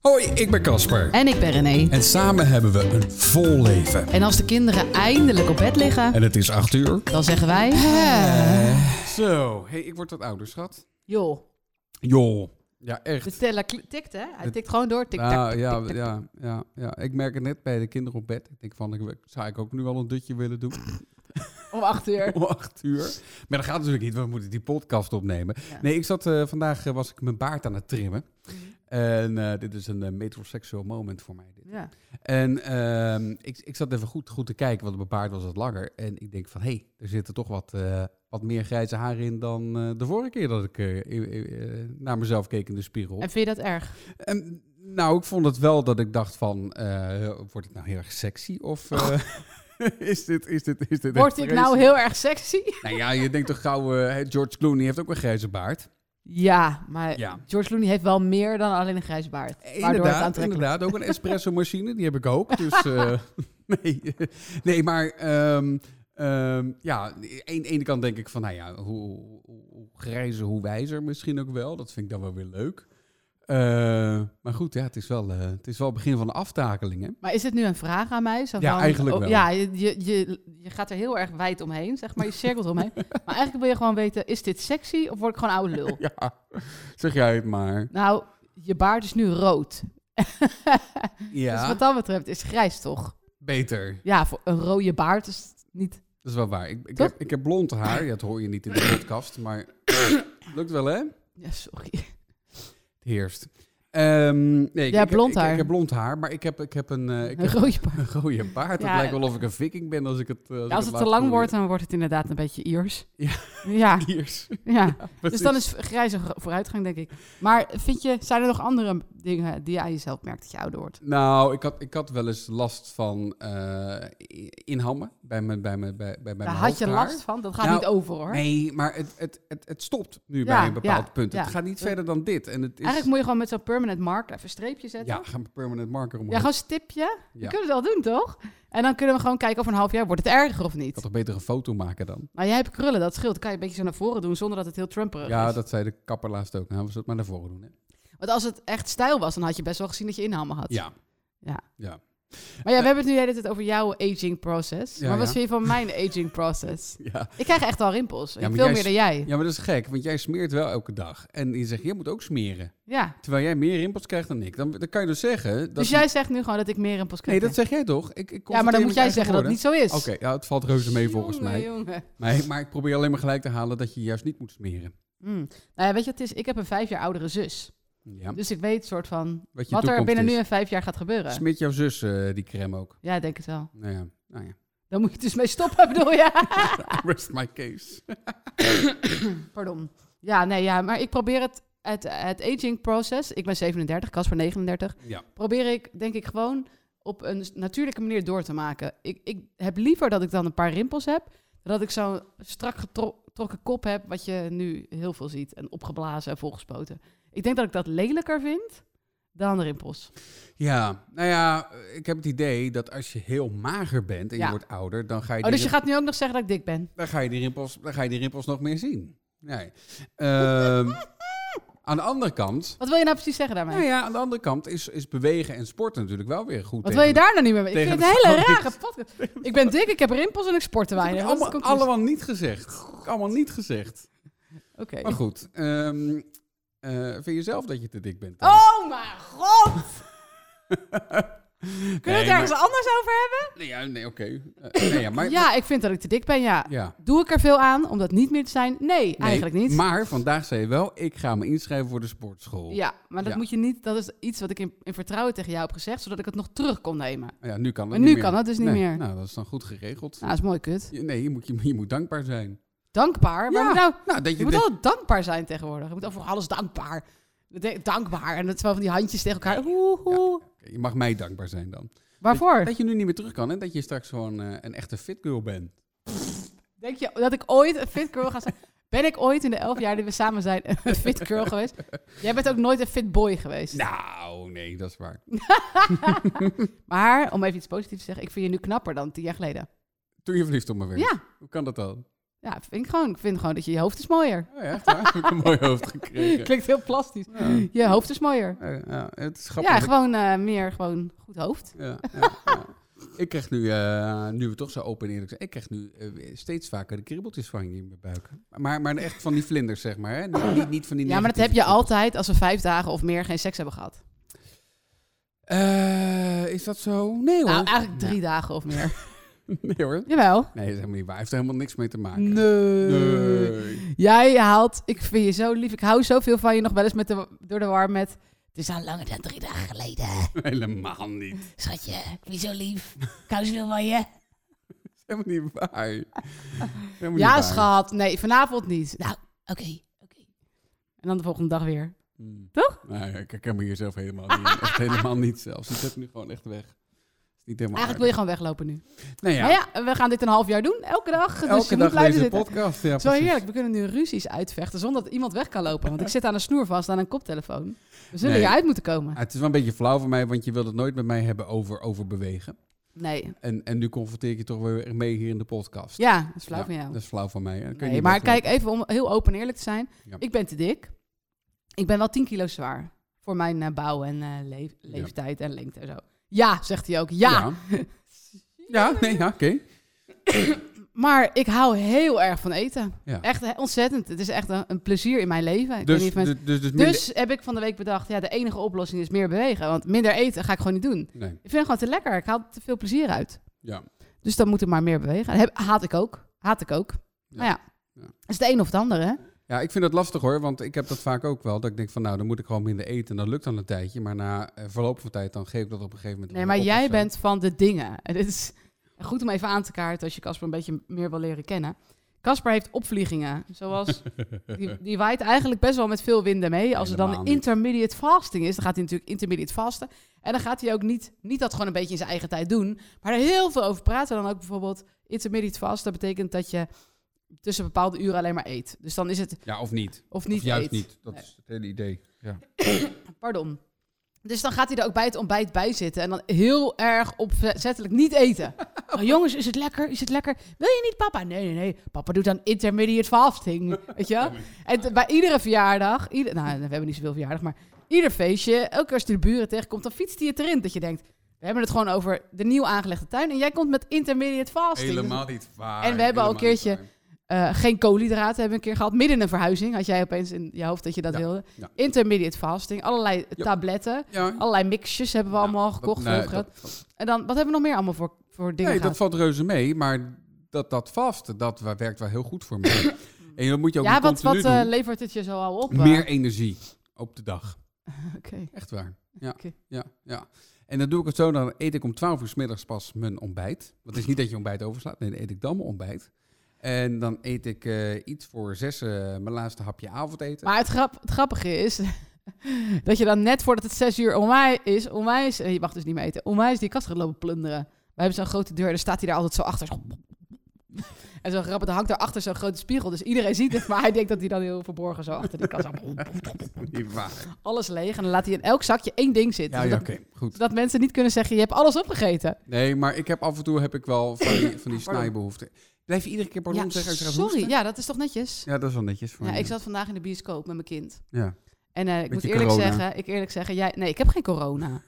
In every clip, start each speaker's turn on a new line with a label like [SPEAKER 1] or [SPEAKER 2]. [SPEAKER 1] Hoi, ik ben Casper.
[SPEAKER 2] En ik ben René.
[SPEAKER 1] En samen hebben we een vol leven.
[SPEAKER 2] En als de kinderen eindelijk op bed liggen,
[SPEAKER 1] En Eh. het is acht uur.
[SPEAKER 2] dan zeggen wij...
[SPEAKER 1] Zo, hey, ik word wat ouder, schat.
[SPEAKER 2] Joh,
[SPEAKER 1] Joh. Ja, echt.
[SPEAKER 2] de teller kl- tikt hè? Hij
[SPEAKER 1] Het-
[SPEAKER 2] tikt gewoon door. Tik, tak,
[SPEAKER 1] Nou,
[SPEAKER 2] tik,
[SPEAKER 1] ja,
[SPEAKER 2] tik, tak.
[SPEAKER 1] ja, ja, ja, ik merk het net bij de kinderen op bed. Ik denk van, ik, zou ik ook nu al een dutje willen doen
[SPEAKER 2] Om acht uur.
[SPEAKER 1] om acht uur. Maar dat gaat natuurlijk niet, want we moeten die podcast opnemen.
[SPEAKER 2] Ja. Mhm.
[SPEAKER 1] Nee, ik zat, eh, vandaag eh, was ik mijn baard aan het trimmen. En eh, dit is een eh, metrosexual moment voor mij. Dit.
[SPEAKER 2] Ja.
[SPEAKER 1] En ehm, ik, ik zat even goed, goed te kijken, want mijn baard was wat langer. En ik denk van, hé, hey, er zitten toch wat, eh, wat meer grijze haren in dan eh, de vorige keer dat ik eh, eh, eh, naar mezelf keek in de spiegel.
[SPEAKER 2] En vind je dat erg?
[SPEAKER 1] En, nou, ik vond het wel dat ik dacht van, eh word ik nou heel erg sexy? Of eh, is dit, is dit, is dit echt
[SPEAKER 2] Oh. Word ik nou
[SPEAKER 1] vreselijk?
[SPEAKER 2] heel erg sexy?
[SPEAKER 1] Nou ja, je denkt toch gauw, eh, George Clooney heeft ook een grijze baard.
[SPEAKER 2] Ja, maar
[SPEAKER 1] Ja.
[SPEAKER 2] George Clooney heeft wel meer dan alleen een grijs baard. Waardoor het
[SPEAKER 1] Inderdaad,
[SPEAKER 2] aantrekkelijk
[SPEAKER 1] inderdaad, ook een espresso machine, die heb ik ook. Dus eh, nee, nee, maar ehm, ehm, ja, aan de ene kant denk ik van, nou ja, hoe, hoe- hoe grijzer, hoe wijzer misschien ook wel. Dat vind ik dan wel weer leuk. Eh, maar goed, ja, het is wel, eh, het is wel het begin van de aftakeling, hè?
[SPEAKER 2] Maar is dit nu een vraag aan mij? Zo
[SPEAKER 1] Ja,
[SPEAKER 2] van- oh,
[SPEAKER 1] eigenlijk wel.
[SPEAKER 2] Ja, je, je, je, je gaat er heel erg wijd omheen, zeg maar. Je cirkelt omheen. Maar eigenlijk wil je gewoon weten, is dit sexy of word ik gewoon oude lul?
[SPEAKER 1] Ja, zeg jij het maar.
[SPEAKER 2] Nou, je baard is nu rood. Dus
[SPEAKER 1] Ja,
[SPEAKER 2] wat dat betreft is grijs toch?
[SPEAKER 1] beter.
[SPEAKER 2] Ja, voor een rode baard is het niet...
[SPEAKER 1] Dat is wel waar. Ik, ik,
[SPEAKER 2] Toch?
[SPEAKER 1] heb, ik heb blond haar, ja, dat hoor je niet in de podcast, maar lukt wel, hè?
[SPEAKER 2] Ja, sorry.
[SPEAKER 1] heerst. Ehm, nee, ik,
[SPEAKER 2] Jij
[SPEAKER 1] ik-
[SPEAKER 2] hebt blond
[SPEAKER 1] ik- ik- Ik,
[SPEAKER 2] haar.
[SPEAKER 1] heb blond haar, maar ik heb, ik heb een, eh, ik
[SPEAKER 2] Een
[SPEAKER 1] heb
[SPEAKER 2] rode baard.
[SPEAKER 1] een rode baard.
[SPEAKER 2] Ja.
[SPEAKER 1] Het lijkt wel of ik een viking ben als ik het... eh, als ik
[SPEAKER 2] als het te
[SPEAKER 1] laat
[SPEAKER 2] lang
[SPEAKER 1] groeien.
[SPEAKER 2] wordt, dan wordt het inderdaad een beetje Iers.
[SPEAKER 1] Ja.
[SPEAKER 2] Ja,
[SPEAKER 1] Iers.
[SPEAKER 2] ja.
[SPEAKER 1] Precies.
[SPEAKER 2] Dus dan is grijze gro- vooruitgang, denk ik. Maar vind je, zijn er nog andere dingen die je aan jezelf merkt dat je ouder wordt?
[SPEAKER 1] Nou, ik had, ik had wel eens last van eh, i- inhammen bij mijn, bij mijn, bij, bij bij mijn
[SPEAKER 2] Daar had je
[SPEAKER 1] hoofdhaar.
[SPEAKER 2] last van? Dat gaat
[SPEAKER 1] Nou,
[SPEAKER 2] niet over, hoor.
[SPEAKER 1] Nee, maar het, het, het, het stopt nu
[SPEAKER 2] Ja,
[SPEAKER 1] bij een bepaald
[SPEAKER 2] ja,
[SPEAKER 1] punt. Het
[SPEAKER 2] ja.
[SPEAKER 1] gaat niet verder dan dit. En het is,
[SPEAKER 2] Eigenlijk moet je gewoon met zo'n permanent marker even een streepje zetten.
[SPEAKER 1] ja, gaan we permanent marker omhoog.
[SPEAKER 2] Ja, gewoon een stipje.
[SPEAKER 1] Ja.
[SPEAKER 2] We kunnen het wel doen, toch? En dan kunnen we gewoon kijken over een half jaar wordt het erger of
[SPEAKER 1] Ik had
[SPEAKER 2] niet.
[SPEAKER 1] toch beter een foto maken dan?
[SPEAKER 2] Maar jij hebt krullen, dat scheelt. Dan kan je een beetje zo naar voren doen zonder dat het heel trumperig
[SPEAKER 1] Ja,
[SPEAKER 2] is.
[SPEAKER 1] dat zei de kapper laatst ook. Nou, we zullen het maar naar voren doen. Hè?
[SPEAKER 2] Want als het echt stijl was, dan had je best wel gezien dat je inhammen had.
[SPEAKER 1] Ja.
[SPEAKER 2] Ja.
[SPEAKER 1] ja.
[SPEAKER 2] Maar ja, we hebben het nu de hele tijd over jouw aging process.
[SPEAKER 1] Ja,
[SPEAKER 2] maar wat
[SPEAKER 1] ja.
[SPEAKER 2] vind je van mijn aging process?
[SPEAKER 1] Ja.
[SPEAKER 2] Ik krijg echt al rimpels.
[SPEAKER 1] Ja, maar
[SPEAKER 2] veel
[SPEAKER 1] jij
[SPEAKER 2] meer
[SPEAKER 1] s-
[SPEAKER 2] dan jij.
[SPEAKER 1] Ja, maar dat is gek, want jij smeert wel elke dag. En je zegt, jij moet ook smeren.
[SPEAKER 2] Ja.
[SPEAKER 1] Terwijl jij meer rimpels krijgt dan ik. Dan, dan kan je dus zeggen... Dat
[SPEAKER 2] Dus jij zegt nu gewoon dat ik meer rimpels
[SPEAKER 1] Nee,
[SPEAKER 2] krijg.
[SPEAKER 1] dat zeg jij toch? Ik, ik
[SPEAKER 2] ja, maar dan
[SPEAKER 1] constateer mijn
[SPEAKER 2] moet jij
[SPEAKER 1] eigen
[SPEAKER 2] zeggen dat het niet
[SPEAKER 1] woorden.
[SPEAKER 2] zo is.
[SPEAKER 1] Oké, ja, het valt reuze mee volgens
[SPEAKER 2] Jongen,
[SPEAKER 1] mij.
[SPEAKER 2] jongen.
[SPEAKER 1] Maar, maar ik probeer alleen maar gelijk te halen dat je juist niet moet smeren.
[SPEAKER 2] Hmm. Nou ja, weet je, wat het is, ik heb een vijf jaar oudere zus.
[SPEAKER 1] Ja,
[SPEAKER 2] Dus ik weet soort van
[SPEAKER 1] wat je
[SPEAKER 2] wat er
[SPEAKER 1] toekomst
[SPEAKER 2] binnen
[SPEAKER 1] is.
[SPEAKER 2] nu en vijf jaar gaat gebeuren.
[SPEAKER 1] Smeert jouw zus eh, die crème ook?
[SPEAKER 2] ja, ik denk het wel.
[SPEAKER 1] Nou ja, nou ja.
[SPEAKER 2] Dan moet je dus mee stoppen, bedoel je?
[SPEAKER 1] Rest my case.
[SPEAKER 2] Pardon. Ja, nee, ja, maar ik probeer het, het, het aging process. Ik ben 37, Casper 39.
[SPEAKER 1] Ja,
[SPEAKER 2] probeer ik, denk ik, gewoon op een s- natuurlijke manier door te maken. Ik, ik heb liever dat ik dan een paar rimpels heb, dan dat ik zo'n strak getro- getrokken kop heb, wat je nu heel veel ziet, en opgeblazen en volgespoten. Ik denk dat ik dat lelijker vind dan rimpels.
[SPEAKER 1] ja, nou ja, ik heb het idee dat als je heel mager bent en
[SPEAKER 2] Ja.
[SPEAKER 1] je wordt ouder, dan ga je
[SPEAKER 2] Oh,
[SPEAKER 1] die
[SPEAKER 2] dus je gaat nu ook nog zeggen dat ik dik ben?
[SPEAKER 1] Dan ga je die rimpels, dan ga je die rimpels nog meer zien. Nee. Ehm, aan de andere kant.
[SPEAKER 2] Wat wil je nou precies zeggen daarmee?
[SPEAKER 1] Nou ja, aan de andere kant is, is bewegen en sporten natuurlijk wel weer goed.
[SPEAKER 2] wat
[SPEAKER 1] tegen-
[SPEAKER 2] wil je daar nou niet meer mee? Ik
[SPEAKER 1] tegen
[SPEAKER 2] vind het een hele
[SPEAKER 1] de-
[SPEAKER 2] rare podcast. Ik ben dik, ik heb rimpels en ik sport te
[SPEAKER 1] Dat heb
[SPEAKER 2] weinig.
[SPEAKER 1] ik
[SPEAKER 2] Dat is de
[SPEAKER 1] allemaal,
[SPEAKER 2] conclusie.
[SPEAKER 1] allemaal niet gezegd. Allemaal niet gezegd.
[SPEAKER 2] Oké.
[SPEAKER 1] Maar goed. ehm, eh, vind je zelf dat je te dik bent? dan?
[SPEAKER 2] Oh mijn god! Kunnen we
[SPEAKER 1] Nee,
[SPEAKER 2] het ergens anders over hebben?
[SPEAKER 1] maar- nee, ja, nee, oké. Eh, nee, ja, maar,
[SPEAKER 2] ja, ik vind dat ik te dik ben, ja.
[SPEAKER 1] ja.
[SPEAKER 2] Doe ik er veel aan om dat niet meer te zijn? Nee,
[SPEAKER 1] Nee,
[SPEAKER 2] eigenlijk niet.
[SPEAKER 1] Maar vandaag zei je wel, ik ga me inschrijven voor de sportschool.
[SPEAKER 2] ja, maar dat
[SPEAKER 1] Ja.
[SPEAKER 2] moet je niet. Dat is iets wat ik in, in vertrouwen tegen jou heb gezegd, zodat ik het nog terug kon nemen.
[SPEAKER 1] Nou Ja, nu kan dat
[SPEAKER 2] Maar
[SPEAKER 1] niet
[SPEAKER 2] nu
[SPEAKER 1] meer.
[SPEAKER 2] kan dat dus niet
[SPEAKER 1] Nee,
[SPEAKER 2] meer.
[SPEAKER 1] Nou, dat is dan goed geregeld.
[SPEAKER 2] Nou, dat is mooi kut.
[SPEAKER 1] Je- Nee, je moet, je, je moet dankbaar zijn.
[SPEAKER 2] Dankbaar. Maar
[SPEAKER 1] Ja.
[SPEAKER 2] nou,
[SPEAKER 1] Nou, dat
[SPEAKER 2] je moet wel dankbaar zijn tegenwoordig. Je moet al voor alles dankbaar. Dat denk- Dankbaar. En dat is wel van die handjes tegen elkaar. Hoe, hoe.
[SPEAKER 1] Oké, Je mag mij dankbaar zijn dan.
[SPEAKER 2] Waarvoor?
[SPEAKER 1] Dat je nu niet meer terug kan en dat je straks gewoon eh, een echte fit girl bent.
[SPEAKER 2] Denk je dat ik ooit een fit girl ga zijn? Ben ik ooit in de elf jaar die we samen zijn een fit girl geweest? Jij bent ook nooit een fit boy geweest.
[SPEAKER 1] Nou, nee, dat is waar.
[SPEAKER 2] Maar om even iets positiefs te zeggen, ik vind je nu knapper dan tien jaar geleden.
[SPEAKER 1] Toen je verliefd op me werd.
[SPEAKER 2] Ja,
[SPEAKER 1] Hoe kan dat dan?
[SPEAKER 2] Ja, vind ik gewoon. Ik vind gewoon dat je, je hoofd is mooier.
[SPEAKER 1] Oh ja, echt waar? Heb ik een mooi hoofd gekregen.
[SPEAKER 2] Klinkt heel plastisch.
[SPEAKER 1] Ja.
[SPEAKER 2] Je hoofd is mooier.
[SPEAKER 1] Ja, ja, het is grappig.
[SPEAKER 2] Ja, gewoon eh, meer gewoon goed hoofd.
[SPEAKER 1] Ja, ja, ja. Ik krijg nu, eh, nu we toch zo open en eerlijk zijn, ik krijg nu eh, steeds vaker de kriebeltjes van je in mijn buik. Maar, maar echt van die vlinders, zeg maar. Hè? Niet, niet, niet van die
[SPEAKER 2] Ja, maar dat heb
[SPEAKER 1] negatieve
[SPEAKER 2] je
[SPEAKER 1] kriebels.
[SPEAKER 2] altijd als we vijf dagen of meer geen seks hebben gehad.
[SPEAKER 1] Eh, is dat zo? Nee hoor.
[SPEAKER 2] Nou, eigenlijk drie dagen of meer.
[SPEAKER 1] Nee hoor.
[SPEAKER 2] Jawel.
[SPEAKER 1] Nee, dat is helemaal niet waar. Hij heeft er helemaal niks mee te maken.
[SPEAKER 2] Nee.
[SPEAKER 1] Nee.
[SPEAKER 2] Jij haalt, ik vind je zo lief, ik hou zoveel van je nog wel eens met de, door de war met... Het is al langer dan drie dagen geleden.
[SPEAKER 1] Helemaal niet. Dat
[SPEAKER 2] Schatje, ik ben je zo lief. Ik hou zoveel van je.
[SPEAKER 1] is helemaal niet waar. Helemaal
[SPEAKER 2] Ja,
[SPEAKER 1] niet waar.
[SPEAKER 2] schat. Nee, vanavond niet. Nou, oké. oké. En dan de volgende dag weer.
[SPEAKER 1] Hmm.
[SPEAKER 2] Toch?
[SPEAKER 1] Nou, ja, ik herken me hier zelf helemaal niet. in. Echt helemaal niet zelfs. Ik zet nu gewoon echt weg. Is niet helemaal
[SPEAKER 2] Eigenlijk wil je gewoon weglopen nu.
[SPEAKER 1] Nee, ja.
[SPEAKER 2] Maar Nou ja, we gaan dit een half jaar doen. Elke dag. Dus
[SPEAKER 1] Elke
[SPEAKER 2] je
[SPEAKER 1] dag
[SPEAKER 2] moet blijven
[SPEAKER 1] deze
[SPEAKER 2] zitten.
[SPEAKER 1] podcast. Ja,
[SPEAKER 2] Het is wel
[SPEAKER 1] precies.
[SPEAKER 2] heerlijk. We kunnen nu ruzies uitvechten zonder dat iemand weg kan lopen. Want ik zit aan een snoer vast aan een koptelefoon. We zullen
[SPEAKER 1] Nee.
[SPEAKER 2] hieruit moeten komen.
[SPEAKER 1] Ah, het is wel een beetje flauw van mij, want je wilt het nooit met mij hebben over, over bewegen.
[SPEAKER 2] Nee.
[SPEAKER 1] En, en nu confronteer ik je toch weer mee hier in de podcast.
[SPEAKER 2] Ja, dat is flauw
[SPEAKER 1] Ja,
[SPEAKER 2] van jou.
[SPEAKER 1] Dat is flauw van mij. Dat kun je
[SPEAKER 2] Nee,
[SPEAKER 1] niet
[SPEAKER 2] maar
[SPEAKER 1] wegdoen.
[SPEAKER 2] kijk, even om heel open en eerlijk te zijn.
[SPEAKER 1] Ja.
[SPEAKER 2] Ik ben te dik. Ik ben wel 10 kilo zwaar. Voor mijn eh, bouw en eh, leef- leeftijd en lengte en zo. Ja, zegt hij ook. ja.
[SPEAKER 1] Ja, Ja, nee, ja, oké.
[SPEAKER 2] Maar ik hou heel erg van eten.
[SPEAKER 1] Ja.
[SPEAKER 2] Echt hè, ontzettend. Het is echt een, een plezier in mijn leven. Ik weet
[SPEAKER 1] Dus,
[SPEAKER 2] niet of mensen-
[SPEAKER 1] dus, dus, dus minder-
[SPEAKER 2] dus heb ik van de week bedacht, ja, de enige oplossing is meer bewegen. Want minder eten ga ik gewoon niet doen.
[SPEAKER 1] Nee,
[SPEAKER 2] Ik vind het gewoon te lekker. Ik haal te veel plezier uit.
[SPEAKER 1] ja.
[SPEAKER 2] Dus dan moet ik maar meer bewegen. Heb, haat ik ook. Haat ik ook. Maar ja,
[SPEAKER 1] Ja.
[SPEAKER 2] het is het een of het ander, hè?
[SPEAKER 1] Ja, ik vind dat lastig hoor, want ik heb dat vaak ook wel. Dat ik denk van nou, dan moet ik gewoon minder eten en dat lukt dan een tijdje. Maar na eh, verloop van tijd, dan geef ik dat op een gegeven moment
[SPEAKER 2] Nee,
[SPEAKER 1] weer
[SPEAKER 2] maar
[SPEAKER 1] op of
[SPEAKER 2] jij
[SPEAKER 1] zo.
[SPEAKER 2] bent van de dingen. En dit is goed om even aan te kaarten als je Casper een beetje meer wil leren kennen. Casper heeft opvliegingen, zoals die, die waait eigenlijk best wel met veel winden mee. Als er dan
[SPEAKER 1] Helemaal niet.
[SPEAKER 2] intermediate fasting is, dan gaat hij natuurlijk intermediate vasten. En dan gaat hij ook niet, niet dat gewoon een beetje in zijn eigen tijd doen, maar er heel veel over praten. Dan ook bijvoorbeeld intermediate vasten betekent dat je tussen bepaalde uren alleen maar eet. Dus dan is het
[SPEAKER 1] Ja, of niet.
[SPEAKER 2] of
[SPEAKER 1] Niet
[SPEAKER 2] niet
[SPEAKER 1] of juist
[SPEAKER 2] eet.
[SPEAKER 1] niet. Dat
[SPEAKER 2] Nee.
[SPEAKER 1] is het hele idee. Ja.
[SPEAKER 2] Pardon. Dus dan gaat hij er ook bij het ontbijt bij zitten. En dan heel erg opzettelijk niet eten. Oh, jongens, is het lekker? Is het lekker? Wil je niet papa? Nee, nee, nee. Papa doet dan intermediate fasting. Weet je wel? En t- bij iedere verjaardag... Ieder, nou, we hebben niet zoveel verjaardag, maar... Ieder feestje, elke keer als je de buren tegenkomt, dan fietst hij het erin. Dat je denkt, we hebben het gewoon over de nieuw aangelegde tuin. En jij komt met intermediate fasting. Dus,
[SPEAKER 1] Helemaal niet waar.
[SPEAKER 2] En we hebben al een
[SPEAKER 1] helemaal niet
[SPEAKER 2] keertje-
[SPEAKER 1] waar.
[SPEAKER 2] eh, geen koolhydraten hebben we een keer gehad. Midden in een verhuizing had jij opeens in je hoofd dat je dat
[SPEAKER 1] Ja,
[SPEAKER 2] wilde.
[SPEAKER 1] ja.
[SPEAKER 2] Intermediate fasting, allerlei tabletten.
[SPEAKER 1] Ja,
[SPEAKER 2] Allerlei mixjes hebben we allemaal
[SPEAKER 1] dat-
[SPEAKER 2] gekocht.
[SPEAKER 1] nee,
[SPEAKER 2] veel gehad.
[SPEAKER 1] dat- dat-
[SPEAKER 2] En dan, wat hebben we nog meer allemaal voor, voor dingen
[SPEAKER 1] nee, dat
[SPEAKER 2] gehad?
[SPEAKER 1] valt reuze mee, maar dat, dat vast, dat wa- werkt wel heel goed voor me. en dat moet je ook
[SPEAKER 2] ja,
[SPEAKER 1] niet
[SPEAKER 2] wat, wat
[SPEAKER 1] continu
[SPEAKER 2] eh,
[SPEAKER 1] doen.
[SPEAKER 2] levert het je zo al op? eh?
[SPEAKER 1] Meer energie op de dag.
[SPEAKER 2] Oké.
[SPEAKER 1] Echt waar. Ja,
[SPEAKER 2] Oké.
[SPEAKER 1] ja, ja. En dan doe ik het zo, dan eet ik om 12 uur 's middags pas mijn ontbijt. Want het is niet dat je ontbijt overslaat, nee, dan eet ik dan mijn ontbijt. En dan eet ik eh, iets voor zes, eh, mijn laatste hapje avondeten.
[SPEAKER 2] Maar het, grap, het grappige is dat je dan net voordat het zes uur onwijs is, onwijs, eh, je mag dus niet meer eten, onwijs die kast gaat lopen plunderen. We hebben zo'n grote deur, daar staat hij daar altijd zo achter. zo. En zo grappig, er hangt daarachter zo'n grote spiegel, dus iedereen ziet het, maar hij denkt dat hij dan heel verborgen zo achter die kast.
[SPEAKER 1] Niet waar.
[SPEAKER 2] Alles leeg en dan laat hij in elk zakje één ding zitten.
[SPEAKER 1] Ja, ja
[SPEAKER 2] zodat,
[SPEAKER 1] oké, goed.
[SPEAKER 2] zodat mensen niet kunnen zeggen, je hebt alles opgegeten.
[SPEAKER 1] Nee, maar ik heb af en toe heb ik wel van die, van die snijbehoeften. Blijf je iedere keer pardon
[SPEAKER 2] Ja,
[SPEAKER 1] zeggen? als je gaat
[SPEAKER 2] sorry,
[SPEAKER 1] hoesten?
[SPEAKER 2] ja, dat is toch netjes?
[SPEAKER 1] Ja, dat is wel netjes voor
[SPEAKER 2] Ja,
[SPEAKER 1] je.
[SPEAKER 2] ik zat vandaag in de bioscoop met mijn kind.
[SPEAKER 1] Ja.
[SPEAKER 2] En eh, ik moet
[SPEAKER 1] Beetje
[SPEAKER 2] eerlijk
[SPEAKER 1] corona.
[SPEAKER 2] zeggen, ik eerlijk zeggen, jij, nee, ik heb geen corona.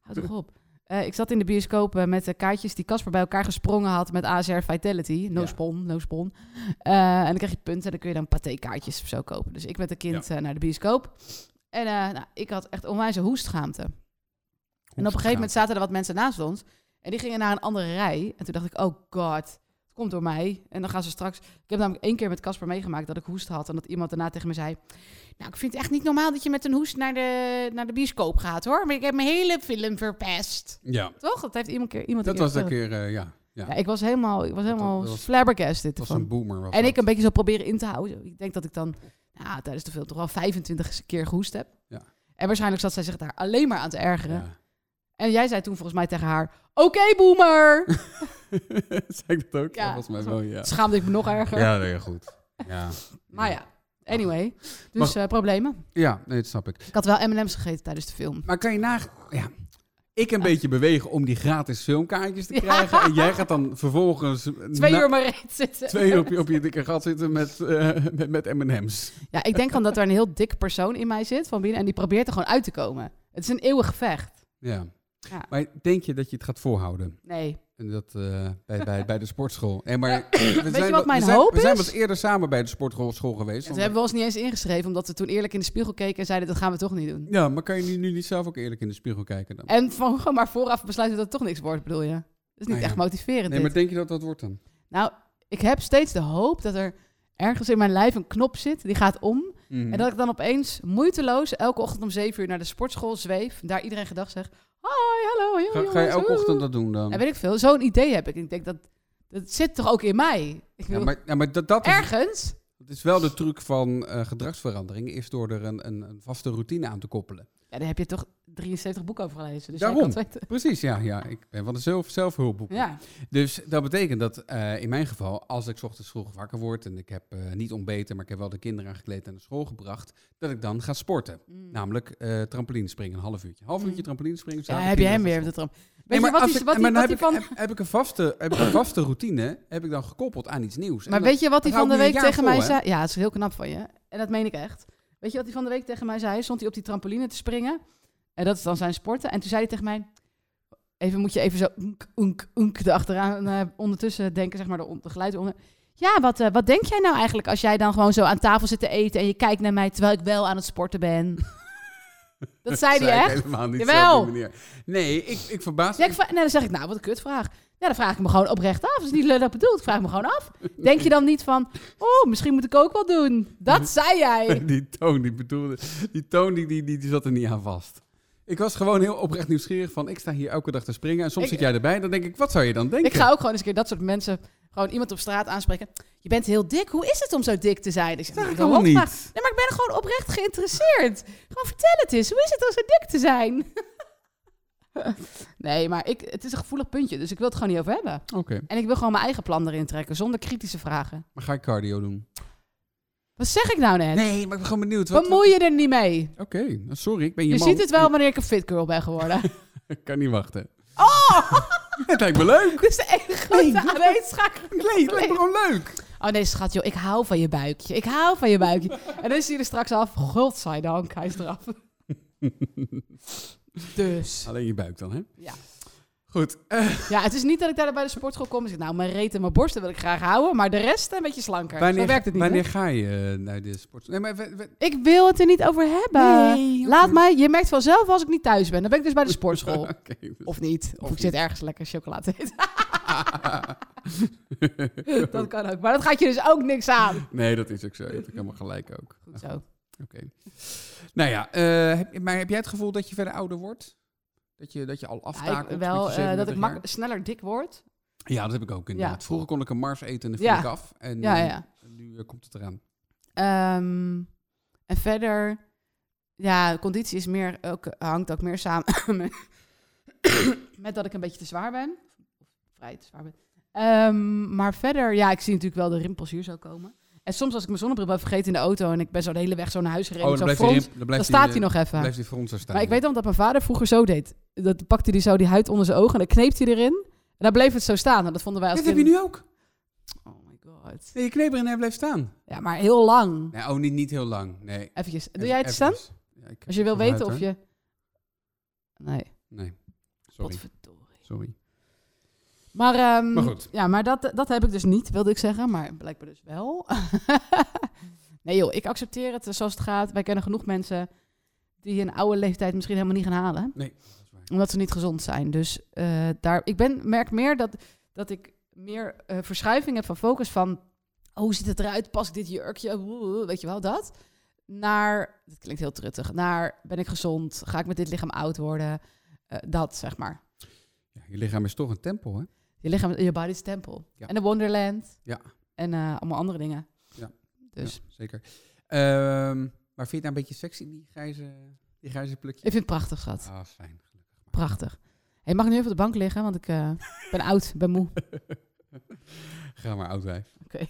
[SPEAKER 2] Houd toch op. Eh, ik zat in de bioscoop eh, met de kaartjes die Casper bij elkaar gesprongen had met ASR Vitality. No
[SPEAKER 1] Ja.
[SPEAKER 2] spon, no spon. Eh, en dan krijg je punten en dan kun je dan paté kaartjes of zo kopen. Dus ik met een kind eh, naar de bioscoop. En eh, nou, ik had echt onwijs een hoestschaamte. En op een gegeven moment zaten er wat mensen naast ons. En die gingen naar een andere rij. En toen dacht ik, oh god, het komt door mij. En dan gaan ze straks... Ik heb namelijk één keer met Casper meegemaakt dat ik hoest had. En dat iemand daarna tegen me zei... Nou, ik vind het echt niet normaal dat je met een hoest naar de, naar de bioscoop gaat, hoor. Maar ik heb mijn hele film verpest.
[SPEAKER 1] Ja,
[SPEAKER 2] Toch? Dat heeft iemand keer, iemand
[SPEAKER 1] dat
[SPEAKER 2] een keer
[SPEAKER 1] was een
[SPEAKER 2] gezegd.
[SPEAKER 1] keer, eh, ja. Ja,
[SPEAKER 2] oh. Ja, ik was helemaal, ik was helemaal
[SPEAKER 1] dat was-
[SPEAKER 2] flabbergasted.
[SPEAKER 1] het was
[SPEAKER 2] ervan.
[SPEAKER 1] een boomer. was
[SPEAKER 2] En
[SPEAKER 1] dat.
[SPEAKER 2] ik een beetje zo proberen in te houden. Ik denk dat ik dan nou, tijdens de film toch wel 25 keer gehoest heb.
[SPEAKER 1] Ja.
[SPEAKER 2] En waarschijnlijk zat zij zich daar alleen maar aan te ergeren.
[SPEAKER 1] Ja.
[SPEAKER 2] En jij zei toen volgens mij tegen haar: Oké, boomer!
[SPEAKER 1] Zei ik dat ook?
[SPEAKER 2] Ja,
[SPEAKER 1] Ja, volgens mij wel, ja.
[SPEAKER 2] Schaamde ik me nog erger.
[SPEAKER 1] Ja, nee, goed. Ja,
[SPEAKER 2] Maar ja, anyway. Dus
[SPEAKER 1] Mag-
[SPEAKER 2] eh, problemen.
[SPEAKER 1] ja nee, dat snap ik.
[SPEAKER 2] Ik had wel MM's gegeten tijdens de film.
[SPEAKER 1] Maar kan je nagaan... Ja. ik
[SPEAKER 2] Ah.
[SPEAKER 1] een beetje bewegen om die gratis filmkaartjes te krijgen. En jij gaat dan vervolgens
[SPEAKER 2] Twee
[SPEAKER 1] na-
[SPEAKER 2] uur maar reet zitten.
[SPEAKER 1] Nou, twee uur op je, op je dikke gat zitten met, eh, met, met M&M's.
[SPEAKER 2] Ja, ik denk dan dat er een heel dik persoon in mij zit van binnen en die probeert er gewoon uit te komen. Het is een eeuwig gevecht.
[SPEAKER 1] Ja.
[SPEAKER 2] Ja.
[SPEAKER 1] Maar denk je dat je het gaat volhouden?
[SPEAKER 2] Nee.
[SPEAKER 1] En dat eh, bij, bij, bij de sportschool. En maar, we
[SPEAKER 2] je wat
[SPEAKER 1] wel-
[SPEAKER 2] mijn
[SPEAKER 1] we zijn,
[SPEAKER 2] hoop
[SPEAKER 1] We zijn
[SPEAKER 2] is?
[SPEAKER 1] wat eerder samen bij de sportschool school geweest.
[SPEAKER 2] En toen hebben we ons niet eens ingeschreven, omdat we toen eerlijk in de spiegel keken en zeiden dat gaan we toch niet doen.
[SPEAKER 1] Ja, maar kan je nu, nu niet zelf ook eerlijk in de spiegel kijken dan?
[SPEAKER 2] En van, gewoon maar vooraf besluiten dat het toch niks wordt, bedoel je? Dat is niet
[SPEAKER 1] Nou ja.
[SPEAKER 2] echt motiverend
[SPEAKER 1] Nee,
[SPEAKER 2] dit.
[SPEAKER 1] maar denk je dat dat wordt dan?
[SPEAKER 2] Nou, ik heb steeds de hoop dat er ergens in mijn lijf een knop zit, die gaat om.
[SPEAKER 1] Mhm.
[SPEAKER 2] En dat ik dan opeens moeiteloos elke ochtend om 7 uur naar de sportschool zweef. Daar iedereen gedag zeg. Hoi, hallo,
[SPEAKER 1] Ga,
[SPEAKER 2] jongens.
[SPEAKER 1] ga je elke
[SPEAKER 2] oeh."
[SPEAKER 1] ochtend dat doen dan?
[SPEAKER 2] En weet ik veel, zo'n idee heb ik. Ik denk dat, dat zit toch ook in mij? Ik
[SPEAKER 1] Ja,
[SPEAKER 2] wil
[SPEAKER 1] maar, ja, maar dat, dat, is,
[SPEAKER 2] ergens.
[SPEAKER 1] dat is wel de truc van eh, gedragsverandering, is door er een, een, een vaste routine aan te koppelen.
[SPEAKER 2] Ja, daar heb je toch 73 boeken over gelezen. Dus
[SPEAKER 1] Daarom.
[SPEAKER 2] jij kan het weten.
[SPEAKER 1] Precies, ja, ja. Ik ben van de zelf, zelfhulpboek.
[SPEAKER 2] Ja,
[SPEAKER 1] Dus dat betekent dat eh, in mijn geval, als ik 's ochtends vroeg wakker word en ik heb eh, niet ontbeten, maar ik heb wel de kinderen aangekleed en naar school gebracht, dat ik dan ga sporten.
[SPEAKER 2] Mm.
[SPEAKER 1] Namelijk eh trampolinespringen, een half uurtje. Half
[SPEAKER 2] Mm.
[SPEAKER 1] uurtje trampolinespringen.
[SPEAKER 2] ja
[SPEAKER 1] zaten
[SPEAKER 2] heb je
[SPEAKER 1] kinderen
[SPEAKER 2] hem
[SPEAKER 1] van
[SPEAKER 2] weer op
[SPEAKER 1] school.
[SPEAKER 2] de tram.
[SPEAKER 1] Nee,
[SPEAKER 2] Weet je
[SPEAKER 1] maar
[SPEAKER 2] wat
[SPEAKER 1] als
[SPEAKER 2] die-
[SPEAKER 1] ik-
[SPEAKER 2] wat
[SPEAKER 1] en
[SPEAKER 2] die-
[SPEAKER 1] maar dan
[SPEAKER 2] wat
[SPEAKER 1] heb
[SPEAKER 2] die
[SPEAKER 1] ik-
[SPEAKER 2] van...
[SPEAKER 1] heb- Heb ik een vaste heb ik een vaste routine, heb ik dan gekoppeld aan iets nieuws. En
[SPEAKER 2] Maar
[SPEAKER 1] dat-
[SPEAKER 2] weet je wat hij
[SPEAKER 1] dat
[SPEAKER 2] van de
[SPEAKER 1] houdt nu een
[SPEAKER 2] week
[SPEAKER 1] jaar
[SPEAKER 2] tegen mij
[SPEAKER 1] vol, hè?
[SPEAKER 2] zei? Ja, het is heel knap van je. En dat meen ik echt. Weet je wat hij van de week tegen mij zei? Stond hij op die trampoline te springen. En dat is dan zijn sporten. En toen zei hij tegen mij... Even moet je even zo unk, unk, unk erachteraan eh ondertussen denken, zeg maar, de, on- de geluid onder. Ja, wat, eh, wat denk jij nou eigenlijk als jij dan gewoon zo aan tafel zit te eten en je kijkt naar mij terwijl ik wel aan het sporten ben? dat zei hij
[SPEAKER 1] ik
[SPEAKER 2] echt.
[SPEAKER 1] helemaal niet
[SPEAKER 2] Jawel.
[SPEAKER 1] zo op die manier. Nee, ik, ik verbaas
[SPEAKER 2] Ja, ik vra- nou, dan zeg ik, nou, wat een kutvraag. Ja, dan vraag ik me gewoon oprecht af. Dat is niet lullig bedoeld. Ik vraag me gewoon af. Denk je dan niet van, oh, misschien moet ik ook wel doen. Dat zei jij.
[SPEAKER 1] Die toon, die bedoelde, die toon die, die, die, die zat er niet aan vast. Ik was gewoon heel oprecht nieuwsgierig van, ik sta hier elke dag te springen en soms
[SPEAKER 2] Ik-
[SPEAKER 1] zit jij erbij. Dan denk ik, wat zou je dan denken?
[SPEAKER 2] Ik ga ook gewoon eens een keer dat soort mensen, gewoon iemand op straat aanspreken. Je bent heel dik. Hoe is het om zo dik te zijn? Ik zeg,
[SPEAKER 1] dat
[SPEAKER 2] nou,
[SPEAKER 1] ik
[SPEAKER 2] ik wil
[SPEAKER 1] helemaal
[SPEAKER 2] wel vragen.
[SPEAKER 1] niet.
[SPEAKER 2] Nee, maar ik ben gewoon oprecht geïnteresseerd. Gewoon vertel het eens. Hoe is het om zo dik te zijn? nee, maar ik, het is een gevoelig puntje, dus ik wil het gewoon niet over hebben.
[SPEAKER 1] Oké,
[SPEAKER 2] En ik wil gewoon mijn eigen plan erin trekken, zonder kritische vragen.
[SPEAKER 1] maar ga ik cardio doen?
[SPEAKER 2] Wat zeg ik nou net?
[SPEAKER 1] Nee, maar ik ben gewoon benieuwd. Wat,
[SPEAKER 2] Bemoei je er niet mee.
[SPEAKER 1] wat- Oké, nou, sorry, ik ben je,
[SPEAKER 2] Je
[SPEAKER 1] man.
[SPEAKER 2] ziet het wel wanneer ik een fit girl ben geworden.
[SPEAKER 1] Ik kan niet wachten.
[SPEAKER 2] Oh!
[SPEAKER 1] Het lijkt me leuk.
[SPEAKER 2] Dit is de enige grote aanwezigheid.
[SPEAKER 1] Nee, het lijkt me gewoon leuk.
[SPEAKER 2] Oh nee, schat, joh, ik hou van je buikje. Ik hou van je buikje. En dan is hij er straks af. Godzijdank, hij is eraf. Dus.
[SPEAKER 1] Alleen je buik dan, hè?
[SPEAKER 2] Ja.
[SPEAKER 1] Goed, eh,
[SPEAKER 2] Ja, het is niet dat ik daar bij de sportschool kom en zeg... Nou, mijn reet en mijn borsten wil ik graag houden, maar de rest een beetje slanker.
[SPEAKER 1] wanneer,
[SPEAKER 2] Zo werkt het niet,
[SPEAKER 1] wanneer ga je eh, naar de sport? Nee, maar... we- we-
[SPEAKER 2] hè? Ik wil het er niet over hebben.
[SPEAKER 1] Nee,
[SPEAKER 2] Laat
[SPEAKER 1] oké.
[SPEAKER 2] mij... Je merkt vanzelf als ik niet thuis ben. Dan ben ik dus bij de sportschool.
[SPEAKER 1] Oké.
[SPEAKER 2] Of niet. Of,
[SPEAKER 1] Of
[SPEAKER 2] ik zit ergens lekker chocola te eten.
[SPEAKER 1] dus-
[SPEAKER 2] Dat kan ook. Maar dat gaat je dus ook niks aan.
[SPEAKER 1] nee, dat is ook zo. Je hebt ook helemaal gelijk ook.
[SPEAKER 2] Goed zo.
[SPEAKER 1] Oké. Nou ja, eh, heb, maar heb jij het gevoel dat je verder ouder wordt? Dat je, dat je al
[SPEAKER 2] Ja, ik
[SPEAKER 1] aftakelt?
[SPEAKER 2] wel
[SPEAKER 1] met je
[SPEAKER 2] eh, dat
[SPEAKER 1] 37
[SPEAKER 2] ik
[SPEAKER 1] jaar?
[SPEAKER 2] mak- sneller dik word.
[SPEAKER 1] Ja, dat heb ik ook inderdaad.
[SPEAKER 2] Ja.
[SPEAKER 1] Vroeger kon ik een Mars eten en dan viel
[SPEAKER 2] Ja.
[SPEAKER 1] ik af. En
[SPEAKER 2] Ja,
[SPEAKER 1] eh,
[SPEAKER 2] ja.
[SPEAKER 1] nu eh, komt het eraan.
[SPEAKER 2] Ehm, en verder, ja, de conditie is meer, ook, hangt ook meer samen met, met dat ik een beetje te zwaar ben. Of vrij te zwaar ben. Ehm, maar verder, ja, ik zie natuurlijk wel de rimpels hier zo komen. En soms als ik mijn zonnebril ben vergeten in de auto en ik ben zo de hele weg zo naar huis gereden, met zo'n
[SPEAKER 1] hij
[SPEAKER 2] frons,
[SPEAKER 1] rim- Oh, dan
[SPEAKER 2] dan
[SPEAKER 1] blijft
[SPEAKER 2] staat
[SPEAKER 1] eh,
[SPEAKER 2] hij nog even.
[SPEAKER 1] blijft die frons er staan.
[SPEAKER 2] Maar ik weet dan dat mijn vader vroeger zo deed. Dat pakte hij zo die huid onder zijn ogen en dan kneep hij erin. En dan bleef het zo staan. En dat vonden wij als
[SPEAKER 1] Dit heb je nu ook.
[SPEAKER 2] nu. Oh my god.
[SPEAKER 1] Nee, je kneep erin en hij blijft staan.
[SPEAKER 2] Ja, maar heel lang.
[SPEAKER 1] Nee, oh, niet, niet heel lang. Nee.
[SPEAKER 2] Eventjes. Doe
[SPEAKER 1] Even-
[SPEAKER 2] jij het
[SPEAKER 1] even-
[SPEAKER 2] staan?
[SPEAKER 1] Ja, ik-
[SPEAKER 2] Als je wil
[SPEAKER 1] even
[SPEAKER 2] weten of
[SPEAKER 1] uit, hoor.
[SPEAKER 2] je... Nee,
[SPEAKER 1] Nee, sorry.
[SPEAKER 2] potverdorie.
[SPEAKER 1] sorry.
[SPEAKER 2] Maar, ehm,
[SPEAKER 1] Maar goed.
[SPEAKER 2] Ja, maar dat, dat heb ik dus niet, wilde ik zeggen. Maar blijkbaar dus wel. nee joh, ik accepteer het eh, zoals het gaat. Wij kennen genoeg mensen die een oude leeftijd misschien helemaal niet gaan halen.
[SPEAKER 1] Nee, dat is waar.
[SPEAKER 2] Omdat ze niet gezond zijn. Dus eh, daar, ik ben, merk meer dat, dat ik meer eh, verschuiving heb van focus van... oh, hoe ziet het eruit? Pas ik dit jurkje? Oeh, Weet je wel, dat. Naar, dat klinkt heel truttig, naar ben ik gezond? Ga ik met dit lichaam oud worden? Eh, dat, zeg maar.
[SPEAKER 1] Ja, je lichaam is toch een tempel, hè?
[SPEAKER 2] Je lichaam, je body's temple.
[SPEAKER 1] Ja.
[SPEAKER 2] En de Wonderland.
[SPEAKER 1] Ja.
[SPEAKER 2] En eh, allemaal andere dingen.
[SPEAKER 1] Ja.
[SPEAKER 2] Dus
[SPEAKER 1] Ja, zeker. Ehm, maar vind je het nou een beetje sexy, die grijze, die grijze plukje?
[SPEAKER 2] ik vind het prachtig, schat.
[SPEAKER 1] Ah, fijn.
[SPEAKER 2] Prachtig. Hey, je mag nu even op de bank liggen, want ik eh, ben oud, ben moe.
[SPEAKER 1] Ga maar, oud wijf.
[SPEAKER 2] Oké.